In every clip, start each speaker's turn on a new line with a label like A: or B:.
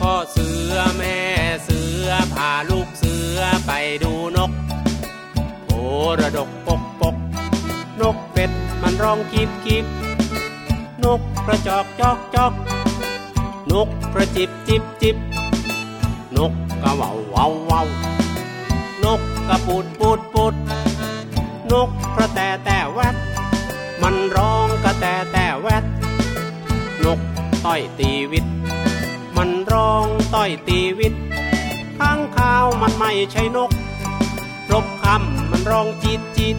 A: พ่อเสือแม่เสือพาลูกเสือไปดูนกโอระดกปกปก นกเป็ดมันร้องคิบคิบนกกระจอกจอกจอก นกกระจิบจิบจิบ นกกระเหว่าเหว่าเหวานกกระปูดปูดปูด นกกระแตแต่แวดมันร้องกระแตแต่แวดนกต้อยตีวิต มันร้องต้อยตีวิตข้างข้าวมันไม่ใช่นก รบคำมันร้องจิตจิต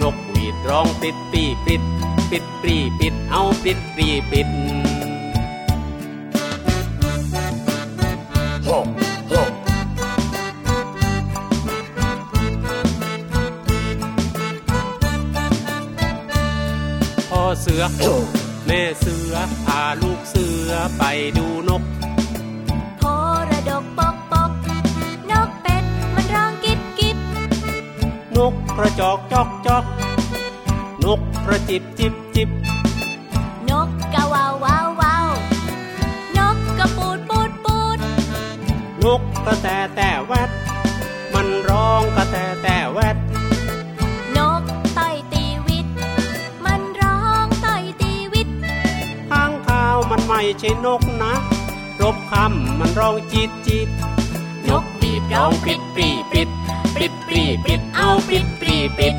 A: นกหวีดร้องปิดปีปิด ปิดปรีปิดเอาปิดปรีปิด พ่อเสือ แม่เสือพาลูกเสือไปดูนก
B: โพระดกปกปก นกเป็ดมันร้องกิบกิบ
A: นกกระจอกจอกจอก นกกระจิบจิบจิบ
B: นกกะวาววาววาวนกกระปูดปูดปูด
A: นกกระแตแต่แวดมันร้องกระแตแต่แวด
B: นกต่อยตีวิต มันร้องต่อยตีวิต
A: ข้างข้าวมันไม่ใช่นกนะ รบคำมันร้องจิตจิต นกปีบร้องปิดปรีปิด ปิดปรีปิดเอาปิดปรีปิด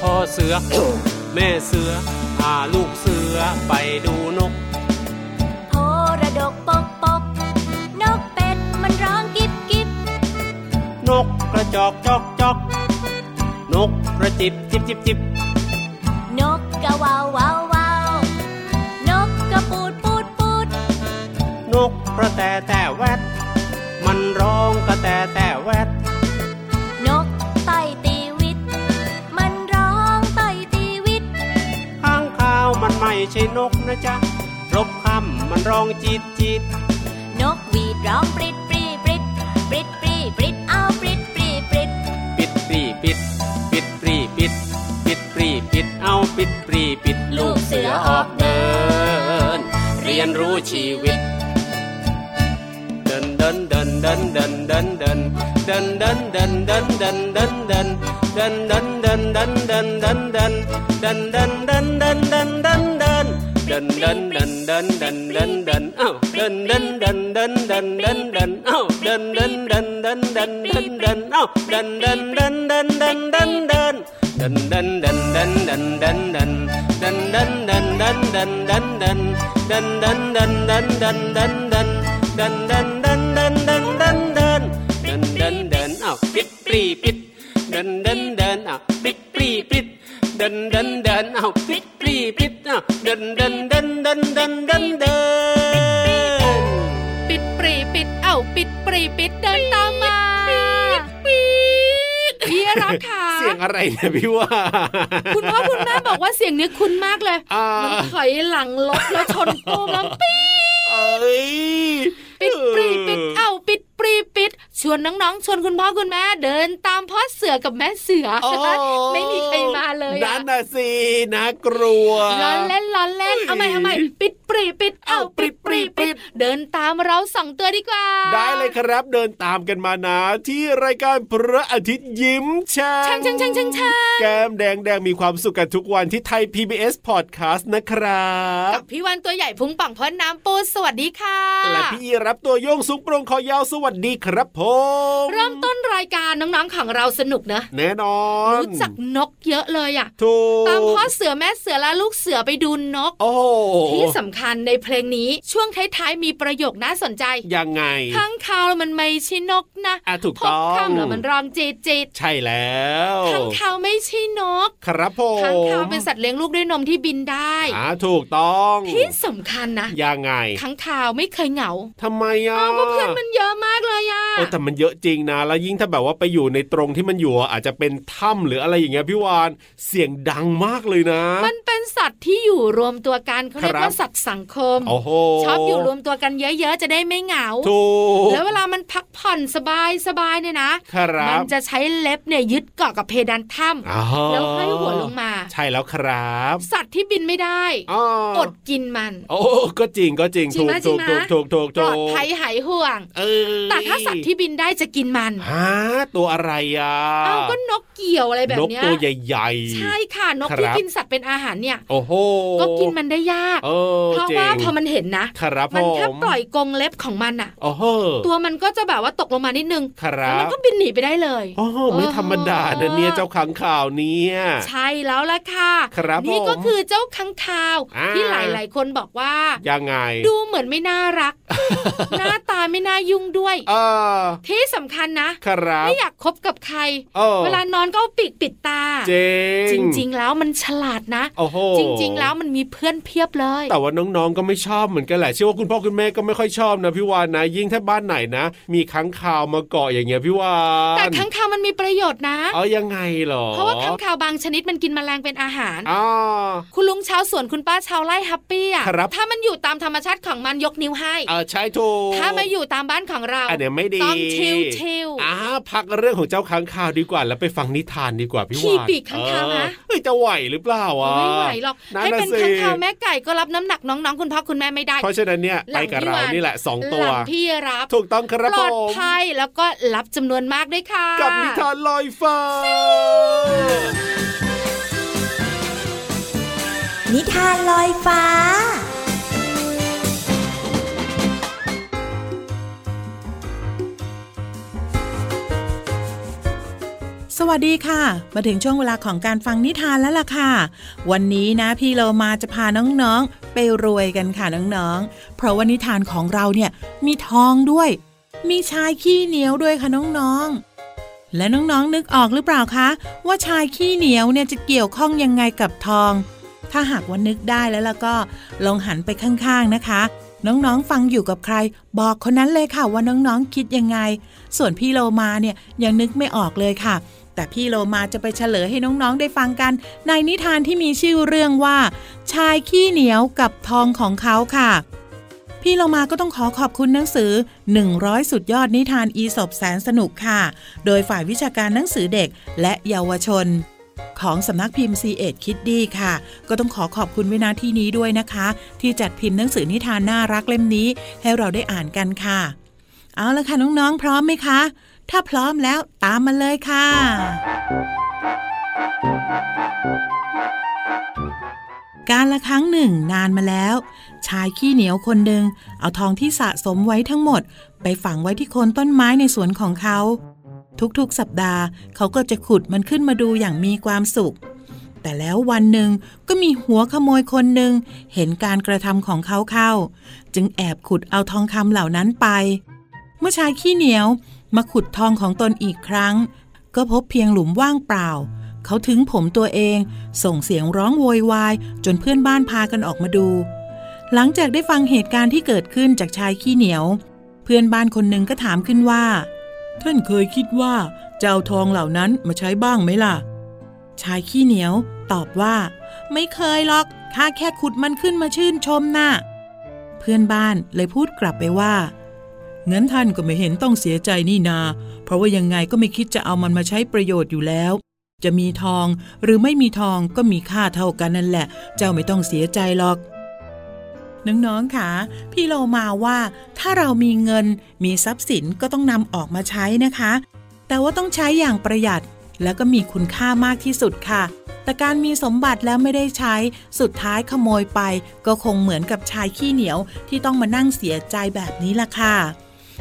A: พ่อเสือ แม่เสือพาลูกเสือไปดูนก
B: โพระดกปกปก นกเป็ดมันร้องกิบกิบ
A: นกกระจอกจอกจอก นกกระจิบจิบจิบจิบ
B: นกกะวาววาววาวนกกระปูดปูดปูด
A: นกกระแตแต่แวดมันร้องกระแตแต่แวด
B: นกต่อยตีวิต มันร้องต่อยตีวิต
A: ข้างข้าวมันไม่ใช่นกนะจ๊ะ รบคำมันร้องจิตจิต
B: นกหวีดร้องปริดปรีปริดปริดปรีปริดเอาปริดปรีปริด
A: ปิดปรีปิด ปิดปรีปิด ปิดปรีปิดเอาปิดปรีปิดลูกเสือออกเดิน เรียนรู้ชีวิต เดินเดินเดินเดินเดินเดินเดินเดินเดินเดินเดินเดินเดินเดินเดินเดินเดินเดินเดินเดินเดินเดินเดินเดินเดินเดินเดินเดินเดินเดินเดินเดินเดินเดินเอ้าเดินเดินเดินเดินเดินเดินเดินเอ้าเดินเดินเดินเดินเดินเดินเดินเอ้าเดินเดินเดินเดินเดินเดินเดิน ดันดันดันดันดันดันดันดันดันดันดันดันดันดันดันดันดันดันดันดันดันดันดันดันดันดันดันดันดันดันดันอ้าวปิดปรีปิดดันดันดันอ้าวปิดปรีปิดดันดันดันอ้าวปิดปรีปิดอ้าวดันดันดันดันดันดันดัน
C: ปิดปรีปิดเอ้าปิดปรีปิดเดินตามมาปิดพี่รับค่ะ
A: เสียงอะไรนะพี่ว่า
C: คุณพ่อคุณแม่บอกว่าเสียงเนี้ยคุ้นมากเลย
A: อ่ามั
C: นถอยหลังรถแล้วชนตู้มแล้วปิด
A: เอ้ย
C: ปิดปรีปิดเอ้าปิดปรีปิด ชวนน้องๆ ชวนคุณพ่อคุณแม่เดินตามพ่อเสือกับแม่เสือ
A: โอ้
C: ไม่มีใครมาเลย
A: นั่
C: อะ
A: นน่ะสิน่ากลัว
C: ล้อเล่นล้อเล่นเอาใหม่เอาใหม่ปิด ปรีปิดเอ้าปรีปรีปิดเดินตามเราสองตัวดีกว่า
D: ได้เลยครับเดินตามกันมานะที่รายการพระอาทิตย์ยิ้มแฉ่
C: ช่าง
D: ง
C: ช่างช่างช่างช่าง
D: แก้มแดงแดงมีความสุขกันทุกวันที่ไทย PBS Podcast นะครั
C: กับ บพี่วันตัวใหญ่พุงป่องพ้นน้ำปูสวัสดีค่ะ
D: และพี่รับตัวโยงสูงโปรงคอยาวสวัสดีครับผม
C: เริ่มต้นรายการน้องๆของเราสนุกนะ
D: แน่นอน
C: รู้จักนกเยอะเลยอ่ะ
D: ถูก
C: ตามพ่อเสือแม่เสือและลูกเสือไปดูนก
D: โอ้โห
C: ที่สำคัญในเพลงนี้ช่วงท้ายๆมีประโยคน่าสนใจ
D: ยังไง
C: ข้างคาวมันไม่ใช่นกนะ
D: อ่ะถูก
C: พบ
D: ต้อง
C: ข้ามเหรอมันร้องจีดจีด
D: ใช่แล้ว
C: ข้างคาวไม่ใช่นก
D: ครับผม
C: ข้างคาวเป็นสัตว์เลี้ยงลูกด้วยนมที่บินได้
D: อ่าถูกต้อง
C: ที่สำคัญนะ
D: ยังไง
C: ข้างคาวไม่เคยเหงา
D: ทำไมอ่ะ
C: เพราะเพื่อนมันเยอะมากเลยอ่ะ
D: โอ้แต่มันเยอะจริงนะ แล้วยิ่งถ้าแบบว่าไปอยู่ในตรงที่มันอยู่อ่ะอาจจะเป็นถ้ำหรืออะไรอย่างเงี้ยพี่วานเสียงดังมากเลยนะ
C: มันเป็นสัตว์ที่อยู่รวมตัวกันเขาเรียก
D: ครับ
C: ว่าสัตว์สังคม
D: โอ้โห
C: ชอบอยู่รวมตัวกันเยอะๆจะได้ไม่เหงา
D: ถูก
C: แล้วเวลามันพักผ่อนสบายสบายๆเนี่ยนะ
D: ครับ
C: มันจะใช้เล็บเนี่ยยึดเกาะกับเพดานถ้
D: อ๋อ
C: ำแล้วห้อยหัวลงมา
D: ใช่แล้วครับ
C: สัตว์ที่บินไม่ได้
D: อ๋อ
C: อดกินมัน
D: โอ้ก็จริงก็จริง
C: จริง
D: ถูก
C: นะ
D: ถูก
C: จริ
D: ถู
C: ง
D: ก
C: นะ
D: ถูก
C: ปล
D: ถูกถู
C: อด
D: ก
C: ภัยหายห่วง
D: เออ
C: แต่ถ้าสัตว์ที่บินได้จะกินมัน
D: ฮะตัวอะไรอ่ะ
C: เอ้าก็นกเกี่ยวอะไรแบบ
D: นก
C: เนี้ย
D: ตัวใหญ่
C: ใช่ค่ะนก
D: ครับ
C: ที่กินสัตว์เป็นอาหารเนี่ย
D: โอ้โห
C: ก็กินมันได้ยาก
D: เออ
C: เพราะ
D: จ๋ง
C: ว่าพอมันเห็นนะ
D: ครับ
C: มันแค่
D: ผม
C: ปล่อยกรงเล็บของมันอะ
D: โอ้โห
C: ตัวมันก็จะแบบว่าตกลงมานิดนึง
D: ครั
C: แล้วมัน
D: บ
C: ก็บินหนีไปได้เลย
D: โอ้โหไม่ธรรมดานะเนี่ยเจ้าขังข่าวเนี่ย
C: ใช่แล้วล่ะค่ะ
D: ครับ
C: นี่ก็
D: ผม
C: คือเจ้าค้างคาว
D: อ่า
C: ที่หลายๆคนบอกว่า
D: ยังไง
C: ดูเหมือนไม่น่า รัก หน้าตาไม่น่ายุ่งด้วย
D: เออ
C: ที่สำคัญนะ
D: ครับ
C: ไม่อยากคบกับใคร
D: เออ
C: เวลานอนก็เอาปีกปิดตา
D: เจ
C: จ
D: ง
C: ริง ๆ แล้วมันฉลาดนะ
D: โอ้โห
C: จริง ๆ แล้วมันมีเพื่อนเพียบเลย
D: แต่ว่าน้องๆก็ไม่ชอบเหมือนกันแหละเชื่อว่าคุณพ่อคุณแม่ก็ไม่ค่อยชอบนะพี่วานนะ ยิ่งถ้าบ้านไหนนะ มีค้างคาวมาเกาะอย่างเงี้ยพี่วาน
C: แต่ค้างคาวมันมีประโยชน์นะ
D: เออยังไงหรอ
C: เพราะว่าค้างคาวบางชนิดมันกินแมลงเป็นอาหาร
D: อ๋อ
C: คุณลุงชาวสวนคุณป้าชาวไร่แฮปปี้อ่ะ
D: ครับ
C: ถ้ามันอยู่ตามธรรมชาติของมันยกนิ้วให้
D: เออใช่ถูก
C: ถ้ามาอยู่ตามบ้านของเรา
D: อันเนี้ยไม่ดี
C: ต้องชิวๆ
D: อ่าพักเรื่องของเจ้าค้างคาวดีกว่า แล้วไปฟังนิทานดีกว่าพี่วาน
C: ขี่ปีกค้างคาวนะ
D: เออเฮ้ยจะไหวหรือเปล่า
C: โอ้
D: อ่ะ
C: ไม่ไหวหรอก
D: นั่น
C: ให้
D: น่ะ
C: เป็น
D: สิ
C: ค้างคาวแม่ไก่ก็รับน้ำหนักน้องๆ คุณพ่อคุณแม่ไม่ได้
D: เพราะฉะนั้นเนี่ย
C: ห
D: ไป
C: ลัง
D: กับ
C: พี่
D: เรา
C: วาน
D: นี่แหละสองตัว
C: หลังพี่รับ
D: ถูกต้องครับ
C: ปล
D: ผ
C: อด
D: ม
C: ภัยแล้วก็รับจำนวนมากด้วยค่ะ
D: กับนิทานลอยฟ้า
E: นิทานลอยฟ้า
F: สวัสดีค่ะ มาถึงช่วงเวลาของการฟังนิทานแล้วล่ะค่ะ วันนี้นะพี่เรามาจะพาน้องๆ ไปรวยกันค่ะน้องๆ เพราะว่านิทานของเราเนี่ยมีทองด้วย มีชายขี้เหนียวด้วยค่ะน้องๆ และน้องๆนึกออกหรือเปล่าคะว่าชายขี้เหนียวเนี่ยจะเกี่ยวข้องยังไงกับทอง ถ้าหากว่านึกได้แล้วล่ะก็ลองหันไปข้างๆนะคะ น้องๆฟังอยู่กับใคร บอกคนนั้นเลยค่ะว่าน้องๆคิดยังไง ส่วนพี่โลมาเนี่ยยังนึกไม่ออกเลยค่ะ แต่พี่โลมาจะไปเฉลยให้น้องๆได้ฟังกัน ในนิทานที่มีชื่อเรื่องว่า ชายขี้เหนียวกับทองของเขาค่ะ พี่เรามาก็ต้องขอขอบคุณหนังสือ 100 สุดยอดนิทานอีสบแสนสนุกค่ะ โดยฝ่ายวิชาการหนังสือเด็กและเยาวชน ของสำนักพิมพ์ c ีเอ็ดคิดดีค่ะ ก็ต้องขอขอบคุณเวนาที่นี้ด้วยนะคะ ที่จัดพิมพ์หนังสือนิทานน่ารักเล่มนี้ ให้เราได้อ่านกันค่ะ เอาละค่ะน้องๆ พร้อมไหมคะ ถ้าพร้อมแล้วตามมาเลยค่ะ การละครั้งหนึ่งนานมาแล้ว ชายขี้เหนียวคนหนึ่งเอาทองที่สะสมไว้ทั้งหมด ไปฝังไว้ที่โคนต้นไม้ในสวนของเขา ทุกๆสัปดาห์เขาก็จะขุดมันขึ้นมาดูอย่างมีความสุข แต่แล้ววันหนึ่งก็มีหัวขโมยคนหนึ่งเห็นการกระทำของเขาเข้า จึงแอบขุดเอาทองคำเหล่านั้นไป เมื่อชายขี้เหนียวมาขุดทองของตนอีกครั้ง ก็พบเพียงหลุมว่างเปล่า เขาถึงผมตัวเอง ส่งเสียงร้องโวยวาย จนเพื่อนบ้านพากันออกมาดู หลังจากได้ฟังเหตุการณ์ที่เกิดขึ้นจากชายขี้เหนียว เพื่อนบ้านคนหนึ่งก็ถามขึ้นว่า ท่านเคยคิดว่าจะเอาทองเหล่านั้นมาใช้บ้างไหมล่ะ ชายขี้เหนียวตอบว่า ไม่เคยหรอกข้าแค่ขุดมันขึ้นมาชื่นชมน่ะ เพื่อนบ้านเลยพูดกลับไปว่างั้นท่านก็ไม่เห็นต้องเสียใจนี่นา เพราะว่ายังไงก็ไม่คิดจะเอามันมาใช้ประโยชน์อยู่แล้ว จะมีทองหรือไม่มีทองก็มีค่าเท่ากันนั่นแหละ เจ้าไม่ต้องเสียใจหรอก น้องๆค่ะ พี่เรามาว่าถ้าเรามีเงินมีทรัพย์สินก็ต้องนำออกมาใช้นะคะ แต่ว่าต้องใช้อย่างประหยัดแล้วก็มีคุณค่ามากที่สุดค่ะ แต่การมีสมบัติแล้วไม่ได้ใช้สุดท้ายขโมยไป ก็คงเหมือนกับชายขี้เหนียวที่ต้องมานั่งเสียใจแบบนี้ล่ะค่ะ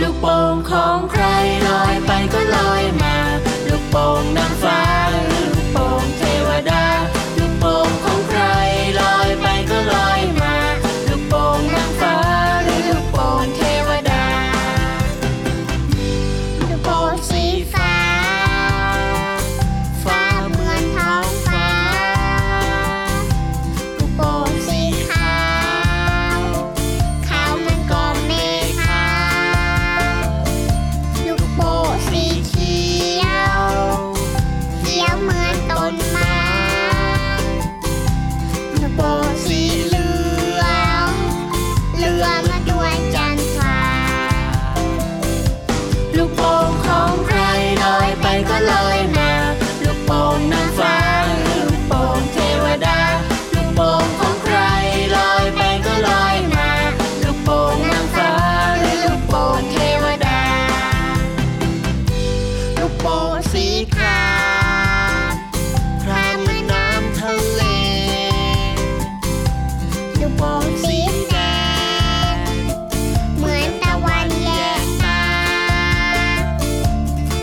G: ลูกโป่งของใครลอยไปก็ลอยมา ลูกโป่งนางฟ้าหรือลูกโป่งเทวดา ลูกโป่งของใครลอยไปก็ลอยมา ลูกโป่งนางฟ้าหรือลูกโป่งเทวดา
H: ลูกโป่งสีฟ้า ฟ้าเหมือนท้องฟ้า ลูกโป่งสีขาว ขาวเหมือนกองเมฆาลูกโป่งสีเขียว เขียวเหมือนต้นไม้ ลูกโป่งสีเหลือง เหลืองมาดวงจันทรา
G: ลูกโป่งของใครลอยไปก็ลอยมา ลูกโป่งนางฟ้าหรือลูกโป่งเทวดา ลูกโป่งของใครลอยไปก็ลอยมา ลูกโป่งนางฟ้าหรือลูกโป่งเทวดา
H: ลูกโป่งสีขาวครามเหมือนน้ำทะเล ลูกโป่งสีแดง เหมือนตะวันแยกตา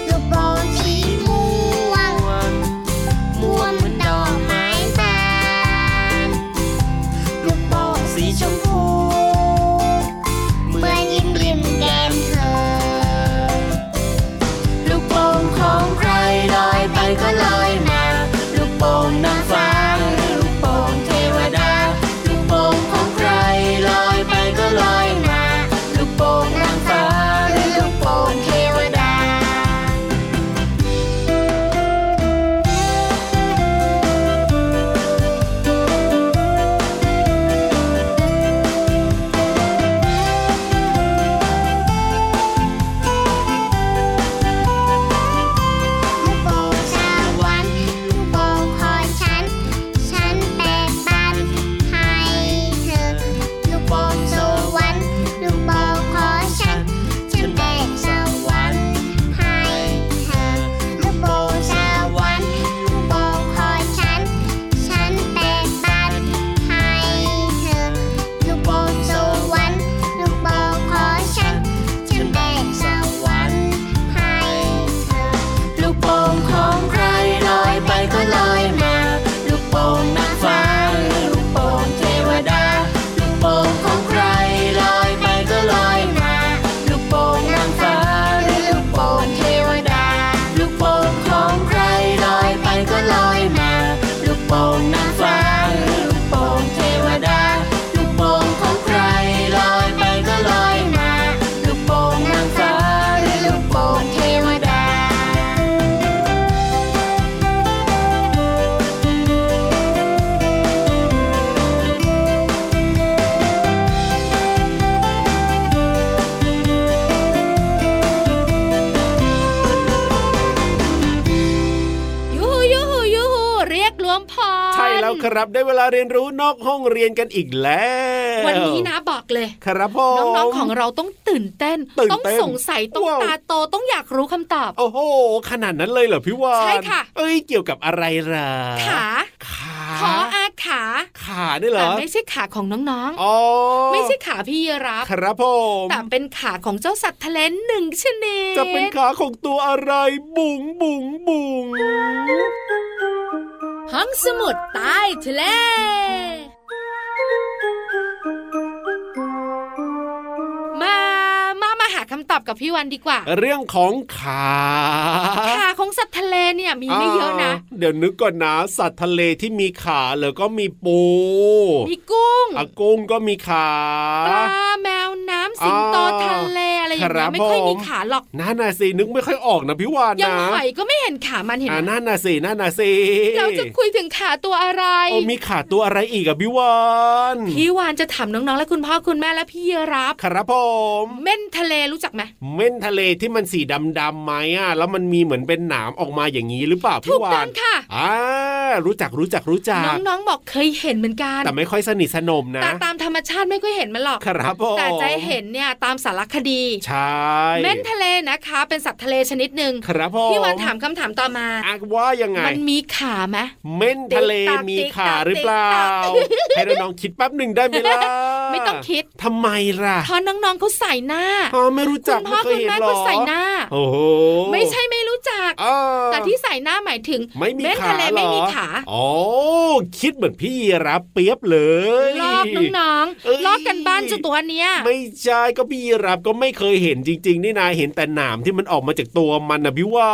H: ลูกโป่งสีม่วง ม่วงเหมือนดอกไม้บาน ลูกโป่งสีชมพู เหมือนยิ้มริมแก้มเธอ
G: ลูกโป่งของใครลอยไปก็ลอยมา ลูกโป่งนางฟ้าหรือลูกโป่งเทวดา ลูกโป่งของใครลอยไปก็ลอยมา ลูกโป่งนางฟ้าหรือลูกโป่งเทวดา
H: ลูกโป่งสวรรค์ลูกโป่งของฉัน ฉันแบ่งปันให้เธอ ลูกโป่งสวรรค์ลูกโป่งของฉัน ฉันแบ่งสวรรค์ให้เธอ ลูกโป่งสวรรค์ลูกโป่งของฉัน ฉันแบ่งปันให้เธอ ลูกโป่งสวรรค์ลูกโป่งของฉัน ฉันแบ่งสวรรค์ให้เธอ
G: ลูกโป่งของใครลอยไปก็ลอยมา ลูกโป่งนางฟ้าหรือลูกโป่งเทวดา ลูกโป่งของใครลอยไปก็ลอยมา ลูกโป่งนางฟ้าหรือลูกโป่งเทวดา ลูกโป่งของใครลอยไปก็ลอยมา ลูกโป่งนางฟ้าหรือลูกโป่งเทวดา ลูกโป่งของใครลอยไปก็ลอยมา ลูกโป่งนางฟ้าหรือลูกโป่งเทวดา
C: ยูฮูยูฮูยูฮูเรียกรวมพอ
D: ใช่แล้วครับได้เวลาเรียนรู้นอกห้องเรียนกันอีกแล้ว
C: วันนี้นะบอกเลย
D: ครับผม
C: น้องๆของเราต้องตื่นเต้น
D: ตื่นเต้น
C: ต้องสงสัย ต้อง
D: ว้าว
C: ตาโต ต้องอยากรู้คำตอบ
D: โอ้โห ขนาดนั้นเลยเหรอพี่วาน
C: ใช่ค่ะ
D: เอ้ยเกี่ยวกับอะไรล่ะ
C: ขา
D: ขา
C: ขออาขา
D: ขาเนี่ยเหร
C: แต่
D: อ
C: ไม่ใช่ขาของน้อง
D: อ๋อ
C: ๆ ไม่ใช่ขาพี่ยีรับ
D: ครับผม
C: แต่เป็นขาของเจ้าสัตว์ทะเลหนึ่งชนิด
D: จะเป็นขาของตัวอะไรบุ๋งบุ๋งบุ๋ง
C: ห้องสมุดใต้ทะเล มา มามาหาคำ ตอบกับพี่วันดีกว่า
D: เรื่องของขา
C: ขาของสัตว์ทะเลเนี่ยมีไม่เยอะนะ
D: าเดี๋ยวนึกก่อนนะ สัตว์ทะเลที่มีขาเหรอก็มีปู
C: มีกุ้ง
D: อากุ้งก็มีขา
C: ปลาแมวน้ำสิงโต
D: อ่า
C: ทะเลอะไรอย่างเงี้
D: ครั
C: ย
D: บ
C: ไม่ค่อย
D: ผม
C: มีขาหรอก
D: น่าน่ะสินึกไม่ค่อยออกนะพี่วาน
C: อยัง
D: นะ
C: หอยก็ไม่เห็นขามันเห็น
D: อ่า
C: ไหม
D: น่าน่ะสิน่าน่ะสิ
C: เราจะคุยถึงขาตัวอะไร
D: โอ้มีขาตัวอะไรอีกอะพี่วาน
C: พี่วานจะถามน้องๆและคุณพ่อคุณแม่และพี่รับ
D: ครับผม
C: เม่นทะเลรู้จักไหม
D: เม่นทะเลที่มันสีดำดำๆไหมอะแล้วมันมีเหมือนเป็นหนามออกมาอย่างนี้หรือเปล่า
C: ถู
D: พี่
C: ก
D: วา
C: ต้อน งค่ะ
D: อ่ารู้จักรู้จักรู้จัก
C: น้องๆบอกเคยเห็นเหมือนกัน
D: แต่ไม่ค่อยสนิทสนมนะ
C: แต่ตามธรรมชาติไม่ค่อยเห็นมันหรอก
D: ครับผม
C: แต่จะเห็นเนี่ยตามสารคดี
D: ใช่
C: เม่นทะเลนะคะ เป็นสัตว์ทะเลชนิดหนึ่ง
D: ครับผม
C: พี่วานถามคำถามต่อมา
D: อ่ะว่ายังไง
C: มันมีขาไหม
D: เม่นทะเล
C: ติ๊กต๊อก
D: มีขาหรือเปล่า
C: ติ๊กต๊อกติ๊กต๊อก
D: ให้น้องๆคิดแป๊บหนึ่งได้ไหมล่ะ
C: ไม่ต้องคิด
D: ทำไมล่ะ
C: เพราะน้องๆเขาใส่หน้า
D: อ๋อไม่รู้
C: คุ
D: จัก
C: ณพ่
D: ไม่
C: อ
D: เคย
C: คุณ
D: เห็น
C: แม่
D: หรอ
C: เขาใส่หน้า
D: โอ้โห
C: ไม่ใช่ไม่รู้จัก
D: อ่า
C: แต่ที่ใส่หน้าหมายถึง
D: ไม่มี
C: เม่น
D: ขา
C: ทะเล
D: หร
C: ไม่
D: อ
C: มีขา
D: อ๋อคิดเหมือนพี่รับเปียบเลย
C: ลอกน้อง
D: เอ้ย
C: ๆลอกกันบ้านเจุตัวเนี้ย
D: ไม่ใช่ก็พี่รับก็ไม่เคยเห็นจริง ๆ นี่นาเห็นแต่หนามที่มันออกมาจากตัวมันนะพี่วา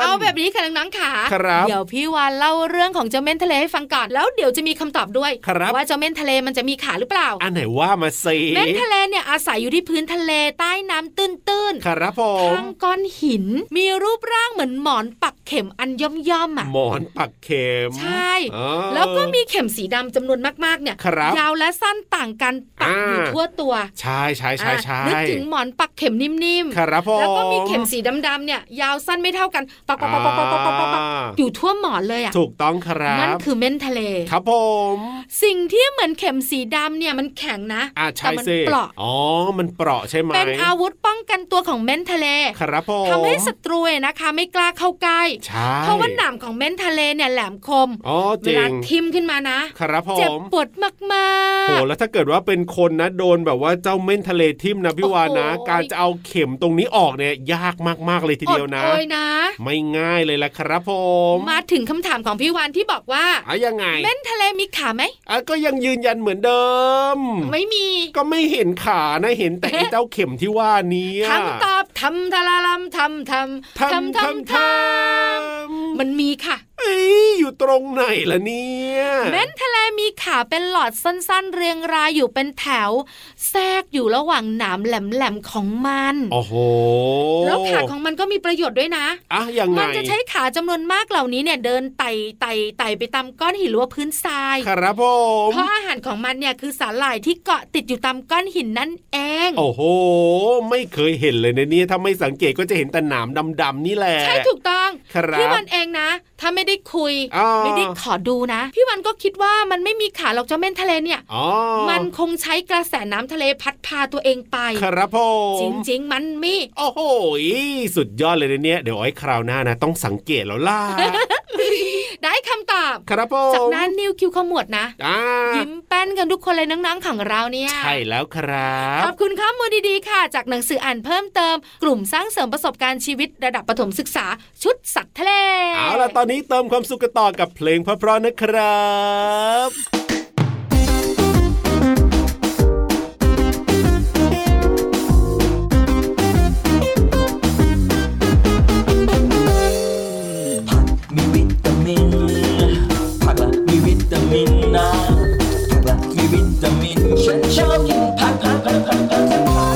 D: น
C: เอาแบบนี้ค่ะน้องๆขา
D: ครับ
C: เดี๋ยวพี่วานเล่าเรื่องของเจ้าเม่นทะเลให้ฟังก่อนแล้วเดี๋ยวจะมีคำตอบด้วย
D: ครับ
C: ว่าเจ้าเม่นทะเลมันจะมีขาหรือเปล่า
D: อันไหนว่ามาสิ
C: เม่นทะเลเนี่ยอาศัยอยู่ที่พื้นทะเลใต้น้ำตื้นๆ
D: ครับผม
C: ข้างก้อนหิน มีรูปร่างเหมือนหมอนปักเข็มอันย่อมๆอ่ะ
D: หมอนปักเข็ม
C: ใช่ แล้วก็มีเข็มสีดำจำนวนมากๆ เนี่ย
D: ครับ
C: ยาวและสั้นต่างกันปัก
D: อ่า
C: อยู่ทั่วตัว
D: ใช่ใช่ใช่
C: อ่ะ
D: ใช่
C: นึกถึงหมอนปักเข็มนิ่ม
D: ครับผ
C: ๆ
D: ม
C: แล้วก็มีเข็มสีดำๆเนี่ย ยาวสั้นไม่เท่ากันปักปักปักปักปักปักปักปัก
D: อ่า
C: อยู่ทั่วหมอนเลยอ่ะ
D: ถูกต้องครับ
C: นั่นคือเม่นทะเล
D: ครับผม
C: สิ่งที่เหมือนเข็มสีดำเนี่ยมันแข็งนะ
D: อ่า
C: แต่
D: ใช่
C: มัน
D: สิ
C: เปราะ
D: อ๋อมันเปราะใช่ไหม
C: เป็นอาวุธป้องกันตัวของเม่นทะเล
D: ครับผม
C: ทำให้ศัตรูเนี่ยนะคะ ไม่กล้าเข้าใกล้
D: ใช่
C: เพราะว่าหนามของเม่นทะเลเนี่ยแหลมคม
D: อ๋อ
C: เว
D: จริ
C: ลาง ทิ่มขึ้นมานะ
D: ครับผ
C: เจ็บ
D: ม
C: ปวดมาก
D: โหแล้วถ้าเกิดว่าเป็นคนนะโดนแบบว่าเจ้าเม่นทะเลทิ่มนะพี่
C: โอ้โห
D: วานนะ การจะเอาเข็มตรงนี้ออกเนี่ยยากมากๆเลยที
C: อด
D: เดียวนะ
C: โอยนะ
D: ไม่ง่ายเลยล่ะครับผม
C: มาถึงคำถามของพี่วานที่บอกว่า
D: อ่ะยังไง
C: เม่นทะเลมีขาไหม
D: อ่ะก็ยังยืนยันเหมือนเดิม
C: ไม่มี
D: ก็ไม่เห็นขานะเห็นแต่ไอ้เจ้าเข็มที่ว่านี้อะ
C: คำตอบทำทะลาลำทำทำ
D: ทำทำทำ
C: มันมีค่ะ
D: เอ้ยอยู่ตรงไหนล่ะเนี่ย
C: เม้นทะเลมีขาเป็นหลอดสั้นๆ เรียงรายอยู่เป็นแถว แทรกอยู่ระหว่างหนามแหลมๆของมัน
D: โอ้โห
C: แล้วขาของมันก็มีประโยชน์ด้วยนะ
D: อ่ะยังไง
C: มันจะใช้ขาจำนวนมากเหล่านี้เนี่ยเดินไต่ไต่ไต่ไปตามก้อนหินหรือว่าพื้นทราย
D: ครับผม
C: เพราะอาหารของมันเนี่ยคือสาหร่ายที่เกาะติดอยู่ตามก้อนหินนั่นเอง
D: โอ้โห ไม่เคยเห็นเลยนะเนี่ยถ้าไม่สังเกตก็จะเห็นแต่หนามดำๆนี่แหละ
C: ใช่ถูกต้อง
D: ครับ
C: พี่วันเองนะ ถ้าไม่ได้คุย
D: อ่า
C: ไม่ได้ขอดูนะ พี่วันก็คิดว่ามันไม่มีขาหรอกเจ้าเม่นทะเลเนี่ย
D: อ๋อ
C: มันคงใช้กระแสน้ำทะเลพัดพาตัวเองไป
D: ครับผ
C: จ
D: ม
C: ริงๆ มันมี
D: โอ้โหสุดยอดเลยนะเนี่ยเดี๋ยวเอาไว้คราวหน้านะ ต้องสังเกตแล้ว ล่ะ
C: ได้คำตอบ
D: ครับผม
C: จากนั้นนิ้วคิ้วขมวดนะ
D: อ่า
C: ยิ้มแป้นกันทุกคนเลยน้องๆของเราเนี่ย
D: ใช่แล้วครั
C: ข
D: บ
C: อบคุณข้อมูลดีๆ ค่ะ จากหนังสืออ่านเพิ่มเติม กลุ่มสร้างเสริมประสบการณ์ชีวิตระดับประถมศึกษา ชุดสัตว์ทะเล
D: เอาล่ะ ตอนนี้เติมความสุขกันต่อกับเพลงเพราะๆนะครับ
G: ผักมีวิตามิน ผักละมีวิตามินนะผักละมีวิตามินฉันชอบกินผักผักผักผักผักผัก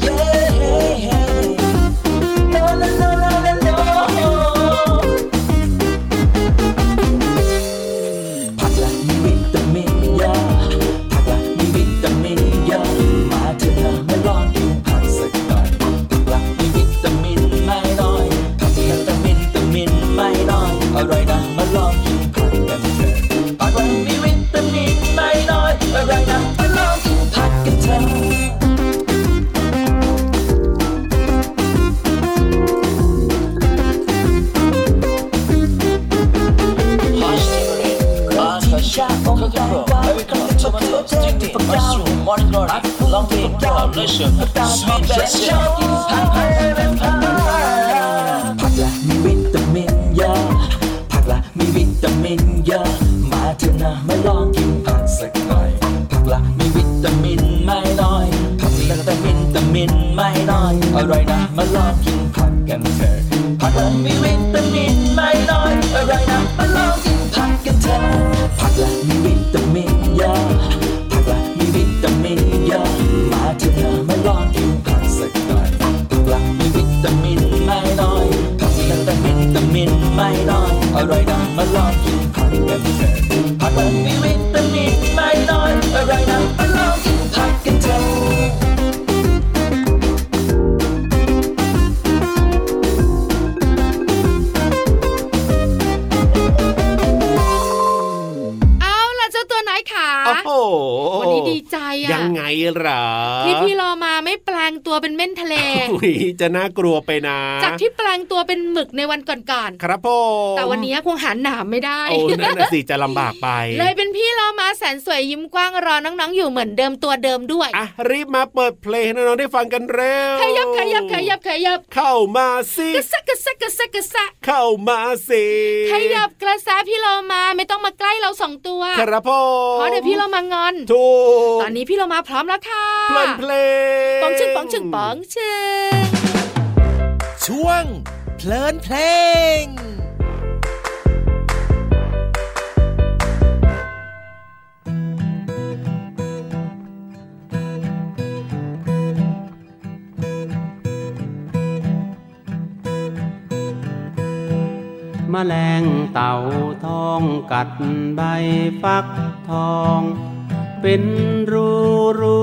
G: เย้เฮ้เฮ้ No no no no no no ผักละมีวิตามินเยอะผักละมีวิตามินเยอะมาเถอะนะมาลองกินผักสักหน่อย ผักละมีวิตามินไม่น้อยผักละตามินตามินไม่น้อยอร่อยนะมาลองกินผักกันเถอะผักละมีวิตามินไม่น้อยอร่อยนะมาลองกินผักกันเถอะ ผักละมีวิตามินเยอะผักละมีวิตามินเยอะมาเถอะนะมาลองกินผักสักหน่อยผักละมีวิตามินไม่น้อยผักละวิตามินต
I: ผักกันเถอะผักมันมีวิตามินไม่น้อยอะไรนะไปลองกินผักกันเถอะ
C: เอาล่ะเจ้าตัวไหนอยขา
D: โอ้โห
C: วันนี้ดีใจอะ
D: ยังไงเหรอ
C: ที่พี่เรามาไม่แปลงตัวเป็นเม่นทะเล
D: อุ๊ยจะน่ากลัวไปนะ
C: จากที่แปลงตัวเป็นหมึกในวันก่อน
D: ครับผม
C: ๆแต่วันนี้คงหาหนามไม่ได้
D: โอ้นั่นน่ะสิจะลำบากไป
C: เลยเป็นพี่เรามาแสนสวยยิ้มกว้างรอน้องๆ อยู่เหมือนเดิมตัวเดิมด้วย
D: อ่ะรีบมาเปิดเพลงให้น้องๆได้ฟังกันเร็ว
C: ขยับขยับขยับขยับ
D: เข้ามาสิ
C: กระแซะกระแซะกระแซะกระแซะ
D: เข้ามาสิ
C: ขยับกระแซะพี่เรามาไม่ต้องมาใกล้เราสองตัว
D: ครับพ่อ
C: เพราะเดี๋ยวพี่เรามางอน
D: ถูก
C: ตอนนี้พี่เรามาพร้อมแล้วค่ะ
D: เพลินเพลง
C: ปองชึงปองชึงปองชึง
J: ช่วง เพลินเพลง
A: มแมลงเต่าทองกัดใบฟักทอง เป็นรูรู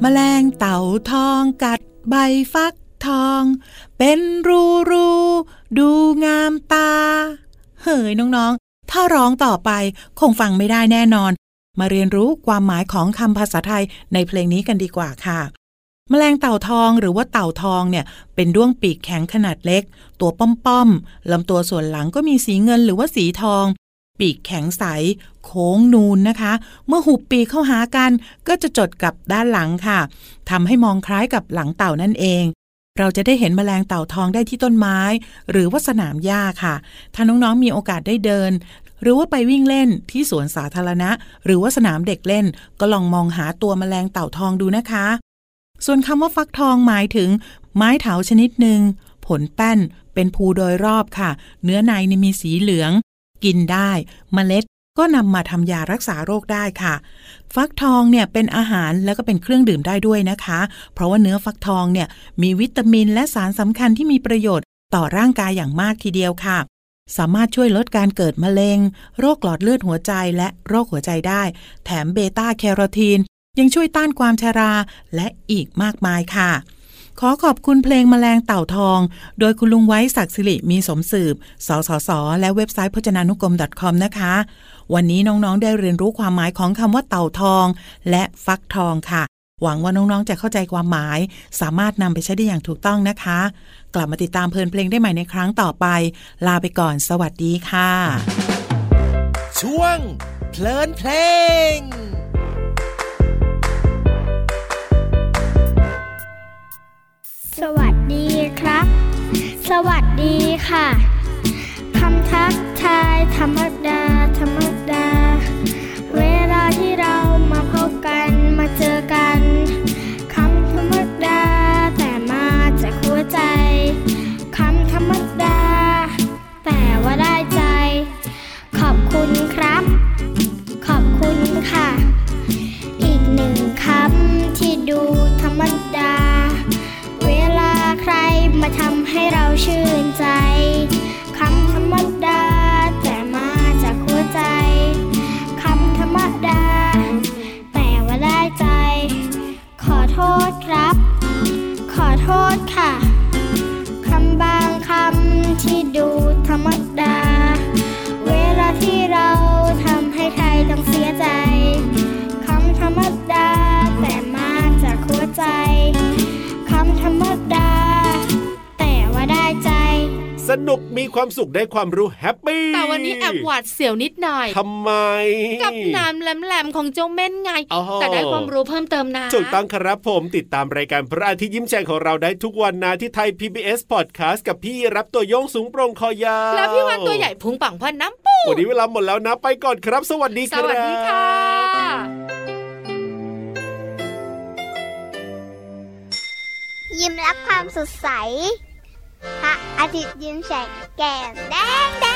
F: แมลงเต่าทองกัดใบฟักทอง เป็นรูรูดูงามตา เฮ้ยน้องๆ ถ้าร้องต่อไปคงฟังไม่ได้แน่นอน มาเรียนรู้ความหมายของคำภาษาไทยในเพลงนี้กันดีกว่าค่ะ แมลงเต่าทองหรือว่าเต่าทองเนี่ย เป็นด้วงปีกแข็งขนาดเล็ก ตัวป้อมๆลำตัวส่วนหลังก็มีสีเงินหรือว่าสีทอง ปีกแข็งใส โค้งนูนนะคะ เมื่อหุบปีกเข้าหากัน ก็จะจดกับด้านหลังค่ะทำให้มองคล้ายกับหลังเต่านั่นเอง เราจะได้เห็นแมลงเต่าทองได้ที่ต้นไม้ หรือว่าสนามหญ้าค่ะ ถ้าน้องๆมีโอกาสได้เดิน หรือว่าไปวิ่งเล่นที่สวนสาธารณะ หรือว่าสนามเด็กเล่น ก็ลองมองหาตัวแมลงเต่าทองดูนะคะ ส่วนคำว่าฟักทองหมายถึง ไม้เถาชนิดหนึ่ง ผลแป้นเป็นภูโดยรอบค่ะ เนื้อในเนี่ยมีสีเหลือง กินได้ เมล็ดก็นำมาทำยารักษาโรคได้ค่ะ ฟักทองเนี่ยเป็นอาหารแล้วก็เป็นเครื่องดื่มได้ด้วยนะคะ เพราะว่าเนื้อฟักทองเนี่ยมีวิตามินและสารสำคัญที่มีประโยชน์ต่อร่างกายอย่างมากทีเดียวค่ะ สามารถช่วยลดการเกิดมะเร็ง โรคหลอดเลือดหัวใจและโรคหัวใจได้ แถมเบต้าแคโรทีน ยังช่วยต้านความชราและอีกมากมายค่ะ ขอขอบคุณเพลงแมลงเต่าทอง โดยคุณลุงไว้ศักดิ์สิริมีสมสืบ สสส และเว็บไซต์พจนานุกรม .com นะคะ วันนี้น้อง ๆ ได้เรียนรู้ความหมายของคำว่าเต่าทอง และฟักทองค่ะ หวังว่าน้อง ๆ จะเข้าใจความหมาย สามารถนำไปใช้ได้อย่างถูกต้องนะคะ กลับมาติดตามเพลินเพลงได้ใหม่ในครั้งต่อไป ลาไปก่อน สวัสดีค่ะ
J: ช่วง เพลินเพลง
K: สวัสดีครับ สวัสดีค่ะ คำทักทายธรรมดา ธรรมดา เวลาที่เรามาพบกันมาเจอกัน คำธรรมดา แต่มาจากหัวใจ คำธรรมดา แต่ว่าได้ใจ ขอบคุณครับ ขอบคุณค่ะ อีกหนึ่งคำที่ดูธรรมดา เวลาใครมาทำให้เราชื่นใจ คำธรรมดาแต่มาจากหัวใจ คำธรรมดา
D: นุกมีความสุขได้ความรู้แฮปปี้
C: แต่วันนี้แอบหวาดเสียวนิดหน่อย
D: ทำไม
C: กับน้ำแหลมๆของเจ้าเม่นไง
D: อ๋อ
C: แต่ได้ความรู้เพิ่มเติมนะ
D: ถูกต้องครับผมติดตามรายการพระอาทิตย์ยิ้มแฉ่งของเราได้ทุกวันนะที่ไทย PBS Podcast กับพี่รับตัวโยงสูงโปรงคอยาว
C: แล้วพี่วันตัวใหญ่พุงปังพอน้ำปู
D: วันนี้เวลาหมดแล้วนะไปก่อนครับ สวัสดี
C: ส
D: ครับ
C: วัสดีค่ะ
L: ยิ้มรับความสดใส พระอาทิตย์ยิ้มแฉกแก้มแดงแดง